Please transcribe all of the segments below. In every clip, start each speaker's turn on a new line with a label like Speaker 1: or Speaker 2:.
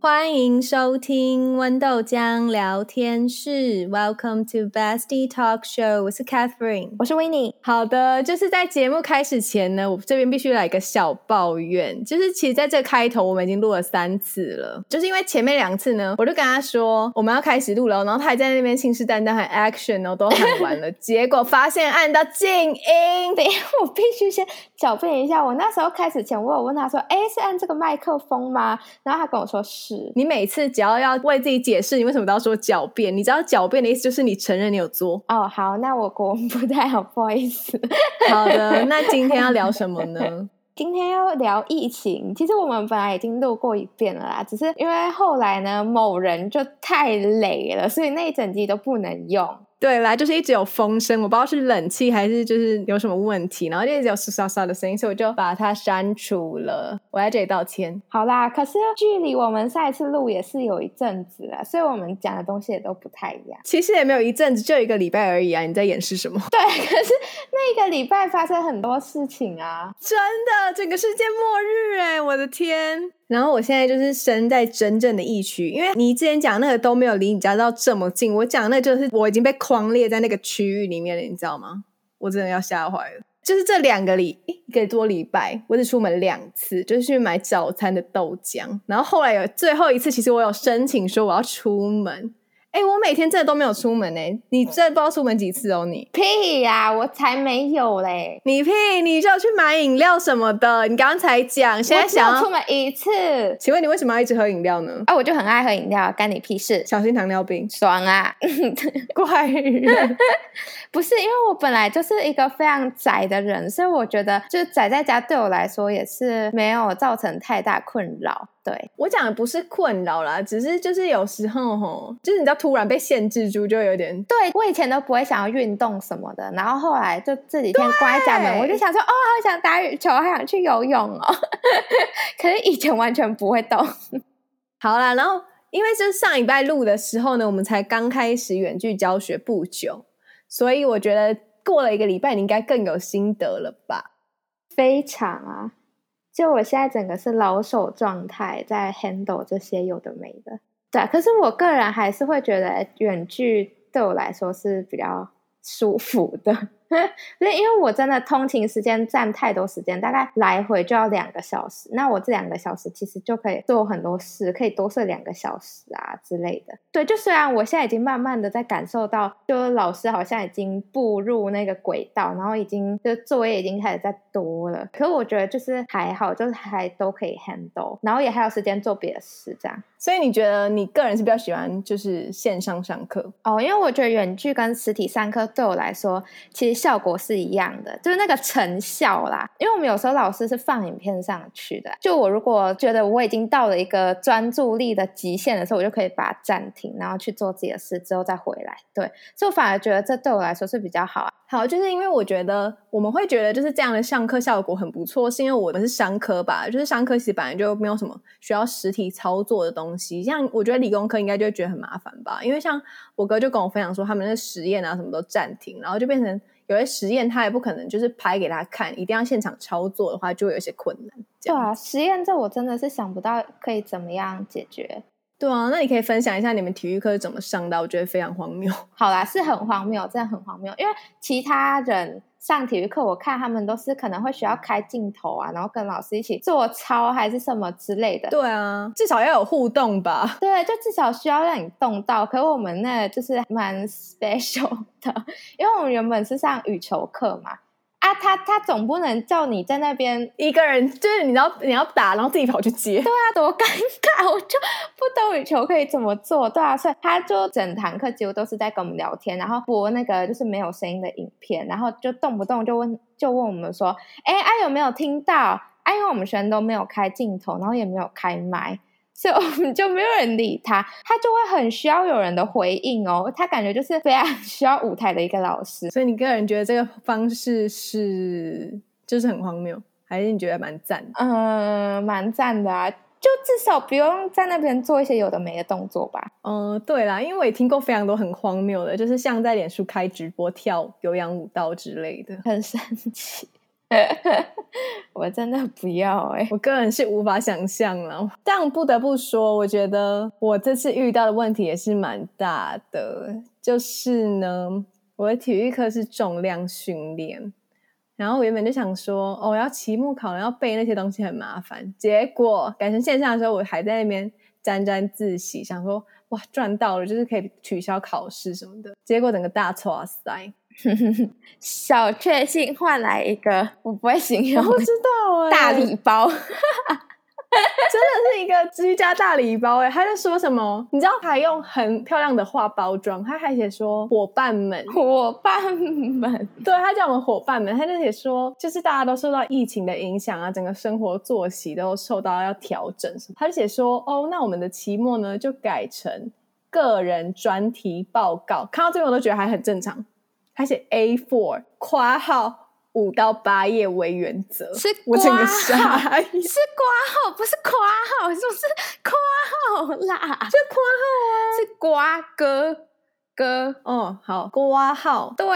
Speaker 1: 欢迎收听温豆浆聊天室，Welcome to Bestie Talk Show。我是 Catherine。
Speaker 2: 我是 w i n n i e
Speaker 1: 好的，就是在节目开始前呢，我这边必须来一个小抱怨，就是其实在这开头我们已经录了三次了，就是因为前面两次呢，我就跟他说我们要开始录了，然后他还在那边信誓旦旦喊 action 哦，都喊完 了，结果发现按到静音，
Speaker 2: 等一下， 我必须先狡辩一下。我那时候开始前，我有问他说：“哎，是按这个麦克风吗？”然后他跟我说是。
Speaker 1: 你每次只要要为自己解释你为什么都要说狡辩，你知道狡辩的意思就是你承认你有作。
Speaker 2: 哦，好，那我国文不太好，不好意思。
Speaker 1: 好的，那今天要聊什么 呢？
Speaker 2: 今天要聊疫情，其实我们本来已经录过一遍了啦，只是因为后来呢，某人就太累了，所以那一整集都不能用。
Speaker 1: 对啦，就是一直有风声，我不知道是冷气还是就是有什么问题，然后就一直有沙沙沙的声音，所以我就把它删除了。我在这里道歉。
Speaker 2: 好啦，可是距离我们上一次录也是有一阵子了，所以我们讲的东西也都不太一样。
Speaker 1: 其实也没有一阵子，就一个礼拜而已啊！你在掩饰什么？
Speaker 2: 对，可是那个礼拜发生很多事情啊，
Speaker 1: 真的，整个世界末日哎、我的天！然后我现在就是身在真正的疫区，因为你之前讲那个都没有离你家到这么近，我讲那就是我已经被框列在那个区域里面了，你知道吗？我真的要吓坏了。就是这两个礼诶一个多礼拜，我只出门两次，就是去买早餐的豆浆。然后后来有最后一次，其实我有申请说我要出门。哎，我每天真的都没有出门哎、你真的不知道出门几次哦你。
Speaker 2: 屁呀、我才没有嘞！
Speaker 1: 你屁！你就去买饮料什么的。你刚才讲，现在
Speaker 2: 我只有
Speaker 1: 想
Speaker 2: 出
Speaker 1: 要，
Speaker 2: 门一次，
Speaker 1: 请问你为什么要一直喝饮料呢？
Speaker 2: 啊，我就很爱喝饮料，干你屁事！，
Speaker 1: 小心糖尿病
Speaker 2: 爽啊！
Speaker 1: 怪人。
Speaker 2: 不是，因为我本来就是一个非常宅的人，所以我觉得就是宅在家对我来说也是没有造成太大困扰。对，
Speaker 1: 我讲的不是困扰啦，只是就是有时候吼，就是你知道突然被限制住，就有点
Speaker 2: 对我以前都不会想要运动什么的，然后后来就这几天关在家门，
Speaker 1: 对
Speaker 2: 我就想说，哦，好想打羽球，好想去游泳哦。 可是以前完全不会动。
Speaker 1: 好啦，然后因为就是上礼拜录的时候呢，我们才刚开始远距教学不久，所以我觉得过了一个礼拜，你应该更有心得了吧？
Speaker 2: 非常啊！就我现在整个是老手状态，在 handle 这些有的没的。对啊、可是我个人还是会觉得哎远距对我来说是比较舒服的，因为因为我真的通勤时间占太多时间，大概来回就要两个小时。那我这两个小时其实就可以做很多事，可以多睡两个小时啊之类的。对，就虽然我现在已经慢慢的在感受到，就是老师好像已经步入那个轨道，然后已经就作业已经开始在多了，可是我觉得就是还好，就是还都可以 handle，然后也还有时间做别的事这样。
Speaker 1: 所以你觉得你个人是比较喜欢就是线上上课？
Speaker 2: 哦，因为我觉得远距跟实体上课对我来说，其实效果是一样的，就是那个成效啦。因为我们有时候老师是放影片上去的，就我如果觉得我已经到了一个专注力的极限的时候，我就可以把它暂停，然后去做自己的事，之后再回来。对，所以我反而觉得这对我来说是比较好啊。
Speaker 1: 好，就是因为我觉得我们会觉得就是这样的上课效果很不错，是因为我们是商科吧，就是商科其实本来就没有什么需要实体操作的东西，像我觉得理工科应该就会觉得很麻烦吧，因为像我哥就跟我分享说，他们的实验啊什么都暂停，然后就变成有些实验他也不可能就是拍给他看，一定要现场操作的话，就会有一些困难。这
Speaker 2: 对
Speaker 1: 样
Speaker 2: 啊，实验这我真的是想不到可以怎么样解决。
Speaker 1: 对啊，那你可以分享一下你们体育课是怎么上的？我觉得非常荒谬。
Speaker 2: 好啦，是很荒谬，真的很荒谬。因为其他人上体育课，我看他们都是可能会需要开镜头啊，然后跟老师一起做操还是什么之类的。
Speaker 1: 对啊，至少要有互动吧。
Speaker 2: 对，就至少需要让你动到。可我们那就是蛮 special 的，因为我们原本是上羽球课嘛，啊，他他总不能叫你在那边
Speaker 1: 一个人就是你要你要打，然后自己跑去接。
Speaker 2: 那多啊尴尬， 我就不懂羽球可以怎么做，对啊，所以他就整堂课几乎都是在跟我们聊天，然后播那个就是没有声音的影片，然后就动不动就问就问我们说，哎，啊有没有听到？啊，因为我们学生都没有开镜头，然后也没有开麦。所以我们就没有人理他，他就会很需要有人的回应哦。他感觉就是非常需要舞台的一个老 师，
Speaker 1: 所以你个人觉得这个方式是就是很荒谬，还是你觉得蛮赞的？
Speaker 2: 嗯，蛮赞的啊。就至少不用在那边做一些有的没的动作吧。
Speaker 1: 嗯、对啦，因为我也听过非常多很荒谬的，就是像在脸书开直播跳有氧舞蹈之类的。
Speaker 2: 很生气。 我真的不要哎、
Speaker 1: 我个人是无法想象了。但不得不说，我觉得我这次遇到的问题也是蛮大的，就是呢，我的体育课是重量训练，然后我原本就想说，哦，要期末考，然后背那些东西很麻烦。结果改成线上的时候，我还在那边沾沾自喜，想说，哇，赚到了，就是可以取消考试什么的。结果整个大错啊塞，
Speaker 2: 小确幸换来一个我不会形
Speaker 1: 我
Speaker 2: 容
Speaker 1: 不
Speaker 2: 的
Speaker 1: 知道、欸，
Speaker 2: 大礼包，
Speaker 1: 真的是一个居家大礼包哎、他就说什么，你知道他用很漂亮的话包装，他还写说伙伴们，
Speaker 2: 伙伴们，
Speaker 1: 对他叫我们伙伴们，他就写说就是大家都受到疫情的影响啊，整个生活作息都受到要调整什么，他就写说哦，那我们的期末呢就改成个人专题报告，看到这边我都觉得还很正常，他写 A four 括号五到八页为原则，
Speaker 2: 是
Speaker 1: 我整个
Speaker 2: 括号
Speaker 1: 傻眼。
Speaker 2: 是挂号不是夸号，是不是夸号啦？
Speaker 1: 这括号啊！
Speaker 2: 是瓜哥哥，
Speaker 1: 哦，好，挂号，
Speaker 2: 对，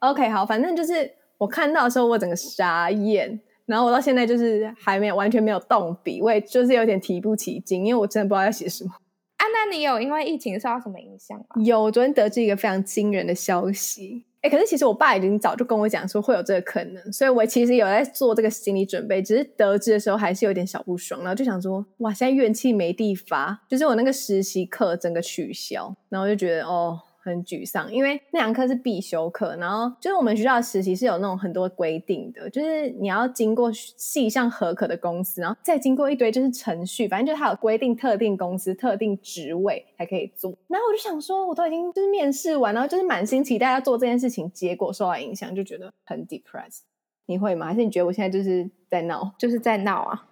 Speaker 1: OK，好，反正就是我看到的时候，我整个傻眼，然后我到现在就是还没有完全没有动笔，我也就是有点提不起劲，因为我真的不知道要写什么。
Speaker 2: 啊，那你有因为疫情受到什么影响吗？
Speaker 1: 有，我昨天得知一个非常惊人的消息，哎，可是其实我爸已经早就跟我讲说会有这个可能，所以我其实有在做这个心理准备，只是得知的时候还是有点小不爽，然后就想说，哇，现在怨气没地发，就是我那个实习课整个取消，然后我就觉得哦。很沮丧，因为那堂课是必修课，然后就是我们学校的实习是有那种很多规定的，就是你要经过系上合可的公司，然后再经过一堆就是程序，反正就是它有规定特定公司、特定职位才可以做。然后我就想说，我都已经就是面试完，然后就是满心期待要做这件事情，结果受到影响，就觉得很 depressed。你会吗？还是你觉得我现在就是在闹？
Speaker 2: 就是在闹啊，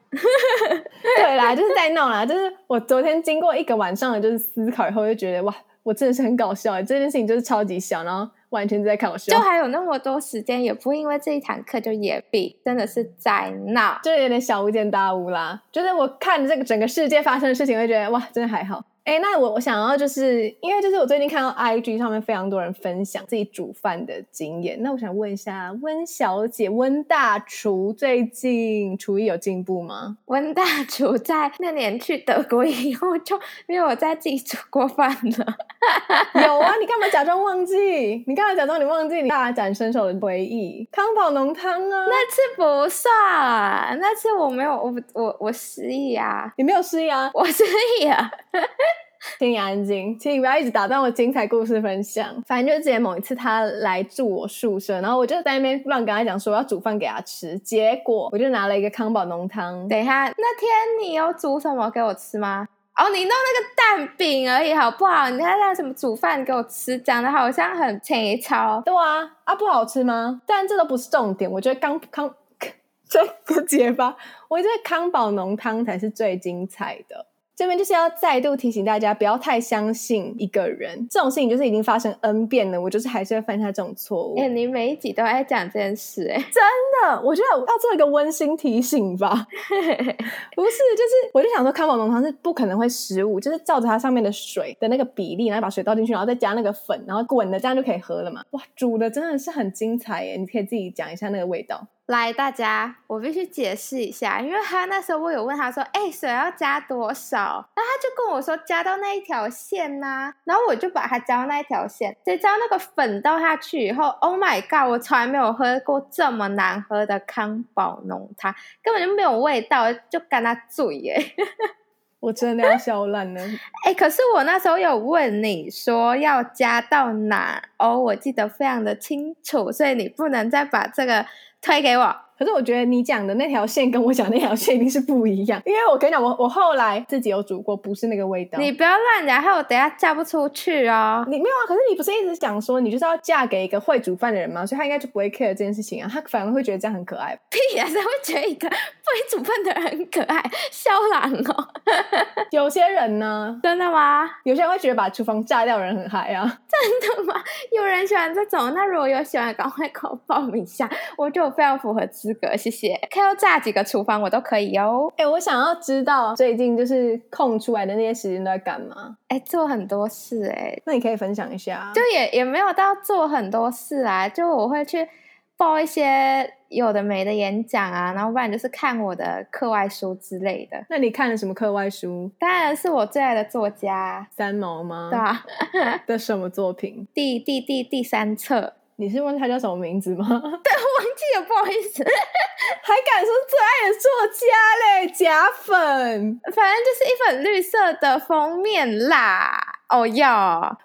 Speaker 1: 对啦，就是在弄啦。就是我昨天经过一个晚上的就是思考以后，就觉得哇，我真的是很搞笑欸，这件事情就是超级小，然后完全是在看我笑
Speaker 2: 就，还有那么多时间，也不会因为这一堂课就野比，真的是在闹。
Speaker 1: 就是有点小巫见大巫啦。就是我看这个整个世界发生的事情，我就觉得哇，真的还好。哎，那我我想要就是因为就是我最近看到 IG 上面非常多人分享自己煮饭的经验，那我想问一下温小姐、温大厨最近厨艺有进步吗？
Speaker 2: 温大 厨在那年去德国以后就没有再自己煮过饭了，
Speaker 1: 有啊，你干嘛假装忘记？你干嘛假装你忘记你大展身手的回忆？康宝浓汤啊，
Speaker 2: 那次不算，那次我没有，我我我失忆啊，
Speaker 1: 你没有失忆啊？
Speaker 2: 我失忆啊。
Speaker 1: 请你安静，请你不要一直打断我精彩故事分享。反正就是之前某一次他来住我宿舍，然后我就在那边乱跟他讲说我要煮饭给他吃，结果我就拿了一个康宝浓汤。
Speaker 2: 等一下，那天你有煮什么给我吃吗？哦，你弄那个蛋饼而已，好不好？你还让什么煮饭给我吃，讲的好像很粗糙。
Speaker 1: 对啊，啊不好吃吗？但这都不是重点，我觉得康康 这个结巴，我觉得康宝浓汤才是最精彩的。这边就是要再度提醒大家，不要太相信一个人，这种事情就是已经发生 n 遍了，我就是还是会犯下这种错误。
Speaker 2: 哎、你每一集都在讲这件事、哎，
Speaker 1: 真的，我觉得要做一个温馨提醒吧。不是，就是我就想说，康宝浓汤是不可能会失误，就是照着它上面的水的那个比例，然后把水倒进去，然后再加那个粉，然后滚的，这样就可以喝了嘛。哇，煮的真的是很精彩耶！你可以自己讲一下那个味道。
Speaker 2: 来大家，我必须解释一下，因为他那时候我有问他说，哎、水要加多少？然后他就跟我说加到那一条线呐、然后我就把它加到那一条线，谁知道那个粉倒下去以后，Oh my god！我从来没有喝过这么难喝的康宝浓汤，根本就没有味道，就干它醉耶。
Speaker 1: 我真的要笑烂了，
Speaker 2: 哎、可是我那时候有问你说要加到哪哦，我记得非常的清楚，所以你不能再把这个推给我。
Speaker 1: 可是我觉得你讲的那条线跟我讲的那条线一定是不一样，因为我跟你讲，我我后来自己有煮过，不是那个味道。
Speaker 2: 你不要乱讲，害我等一下嫁不出去 哦。
Speaker 1: 你没有啊？可是你不是一直讲说你就是要嫁给一个会煮饭的人吗？所以他应该就不会 care 这件事情啊，他反而会觉得这样很可爱吧。
Speaker 2: 屁呀、谁会觉得一个不会煮饭的人很可爱？肖朗哦，
Speaker 1: 有些人呢，
Speaker 2: 真的吗？
Speaker 1: 有些人会觉得把厨房炸掉的人很嗨啊。
Speaker 2: 真的吗？有人喜欢这种，那如果有喜欢，赶快给我报名一下，我觉得我非常符合资格，谢谢。看要炸几个厨房我都可以哦。
Speaker 1: 哎、我想要知道最近就是空出来的那些时间都在干嘛？
Speaker 2: 哎，做很多事哎、
Speaker 1: 那你可以分享一下啊。
Speaker 2: 就也也没有到做很多事啊，就我会去报一些有的没的演讲啊，然后不然就是看我的课外书之类的。
Speaker 1: 那你看了什么课外书？
Speaker 2: 当然是我最爱的作家，
Speaker 1: 三毛吗？
Speaker 2: 对啊，
Speaker 1: 的什么作品？
Speaker 2: 第第第第三册，
Speaker 1: 你是问他叫什么名字吗？
Speaker 2: 忘记了，不好意思。
Speaker 1: 还敢说最爱的作家嘞，假粉！
Speaker 2: 反正就是一本绿色的封面啦。哦哟，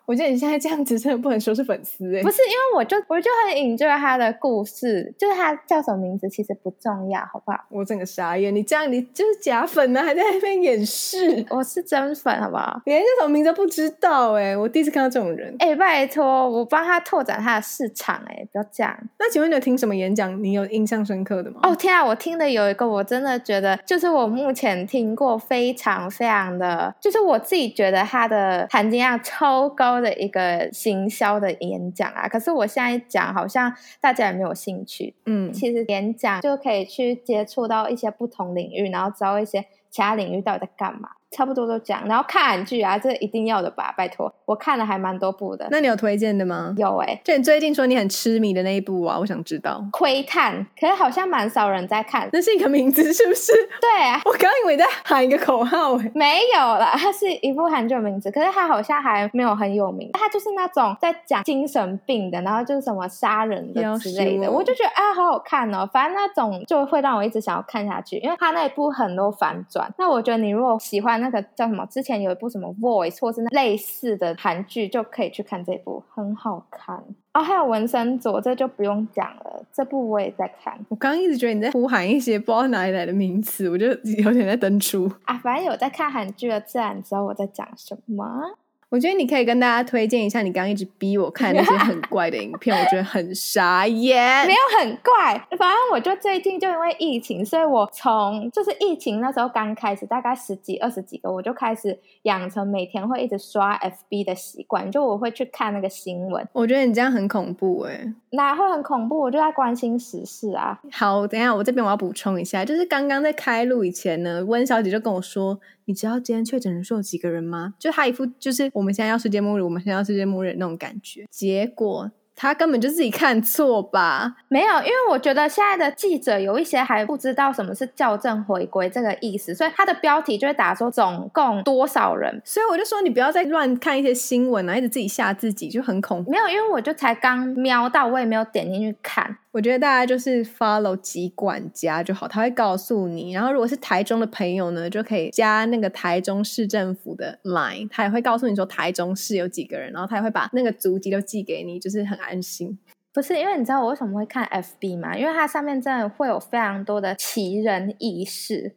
Speaker 1: 我觉得你现在这样子真的不能说是粉丝哎、
Speaker 2: 不是因为我就我就很 enjoy 他的故事，就是他叫什么名字其实不重要，好不好？
Speaker 1: 我整个傻眼，你这样你就是假粉啊呢、还在那边掩饰，你
Speaker 2: 我是真粉，好不好？
Speaker 1: 连叫什么名字都不知道哎、我第一次看到这种人。
Speaker 2: 哎、拜托，我帮他拓展他的市场、哎，不要这样。
Speaker 1: 那请问你有听什么演讲？你有印象深刻的吗？
Speaker 2: 哦，天啊！我听的有一个，我真的觉得就是我目前听过非常非常的，就是我自己觉得它的含金量超高的一个行销的演讲啊。可是我现在讲，好像大家也没有兴趣。
Speaker 1: 嗯，
Speaker 2: 其实演讲就可以去接触到一些不同领域，然后知道一些其他领域到底在干嘛，差不多都讲。然后看韩剧啊，这一定要的吧，拜托，我看了还蛮多部的。
Speaker 1: 那你有推荐的吗？
Speaker 2: 有哎、
Speaker 1: 就你最近说你很痴迷的那一部啊，我想知道，
Speaker 2: 窥探，可是好像蛮少人在看。
Speaker 1: 那是一个名字是不是？
Speaker 2: 对啊，
Speaker 1: 我刚以为在喊一个口号哎、
Speaker 2: 没有啦，它是一部韩剧的名字，可是它好像还没有很有名。它就是那种在讲精神病的，然后就是什么杀人的之类
Speaker 1: 要
Speaker 2: 的，
Speaker 1: 死我
Speaker 2: 我就觉得啊，好好看哦。反正那种就会让我一直想要看下去，因为它那一部很多反转。那我觉得你如果喜欢那个叫什么，之前有一部什么 Voice 或是那类似的韩剧，就可以去看这部，很好看。哦，还有纹身佐，这就不用讲了，这部我也在看
Speaker 1: 我刚刚一直觉得你在呼喊一些不知道哪里来的名词，我就有点在登出。
Speaker 2: 啊。反正有在看韩剧的，自然知道我在讲什么。啊
Speaker 1: 我觉得你可以跟大家推荐一下你刚刚一直逼我看那些很怪的影片，我觉得很傻眼
Speaker 2: 没。有很怪，反正我就最近就因为疫情，所以我从就是疫情那时候刚开始，大概十几二十几个，我就开始养成每天会一直刷 FB 的习惯，就我会去看那个新闻，
Speaker 1: 我觉得你这样很恐怖哎、
Speaker 2: 哪会很恐怖？我就在关心时事啊。
Speaker 1: 好，等一下我这边我要补充一下，就是刚刚在开录以前呢，温小姐就跟我说，你知道今天确诊人数有几个人吗？就她一副就是我们现在要世界末日，我们现在要世界末日的那种感觉。结果她根本就自己看错吧？
Speaker 2: 没有，因为我觉得现在的记者有一些还不知道什么是校正回归这个意思，所以他的标题就会打说总共多少人
Speaker 1: 所以我就说你不要再乱看一些新闻啊，一直自己吓自己，就很恐怖。
Speaker 2: 没有，因为我就才刚瞄到，我也没有点进去看。
Speaker 1: 我觉得大家就是 follow 籍管家就好，他会告诉你。然后如果是台中的朋友呢，就可以加那个台中市政府的 line，他也会告诉你说台中市有几个人，然后他也会把那个足迹都寄给你，就是很安心。
Speaker 2: 不是因为你知道我为什么会看 FB 吗？因为它上面真的会有非常多的奇人异事。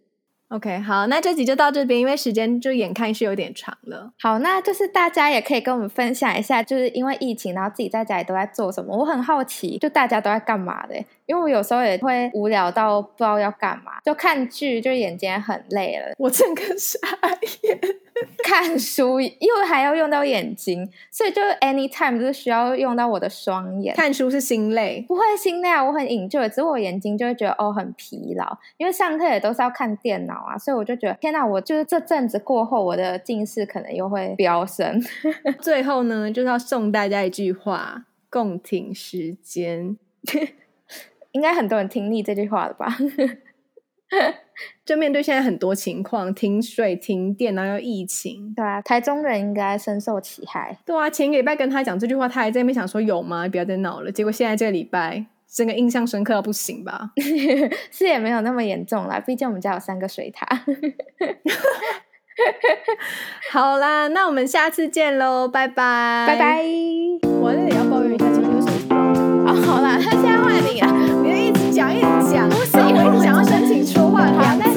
Speaker 1: OK，好，那这集就到这边，因为时间就眼看是有点长了。
Speaker 2: 好，那就是大家也可以跟我们分享一下，就是因为疫情，然后自己在家里都在做什么。我很好奇，就大家都在干嘛的？因为我有时候也会无聊到不知道要干嘛，就看剧，就眼睛也很累了，
Speaker 1: 我整个傻眼，
Speaker 2: 看书又还要用到眼睛，所以就 anytime 就是需要用到我的双眼。
Speaker 1: 看书是心累。
Speaker 2: 不会心累啊，我很 enjoy，只是我眼睛就会觉得哦很疲劳，因为上课也都是要看电脑啊，所以我就觉得天哪，我就是这阵子过后，我的近视可能又会飙升。
Speaker 1: 最后呢，就是要送大家一句话：共挺时间。
Speaker 2: 应该很多人听腻这句话了吧？
Speaker 1: 就面对现在很多情况，停水、停电，然后又疫情，
Speaker 2: 对啊，台中人应该深受其害。
Speaker 1: 对啊，前个礼拜跟他讲这句话，他还在那边想说有吗？不要再闹了。结果现在这个礼拜，整个印象深刻到不行 吧？
Speaker 2: 是也没有那么严重啦，毕竟我们家有三个水塔。
Speaker 1: 好啦，那我们下次见喽，拜拜，
Speaker 2: 拜拜。。
Speaker 1: 我这里要抱怨一下，前面有什么？
Speaker 2: 哦，好啦，那现在换你啊，
Speaker 1: 你就一直讲，一直讲，不
Speaker 2: 行
Speaker 1: 我一直想要申请说话，
Speaker 2: 好
Speaker 1: 两
Speaker 2: 那
Speaker 1: 次哦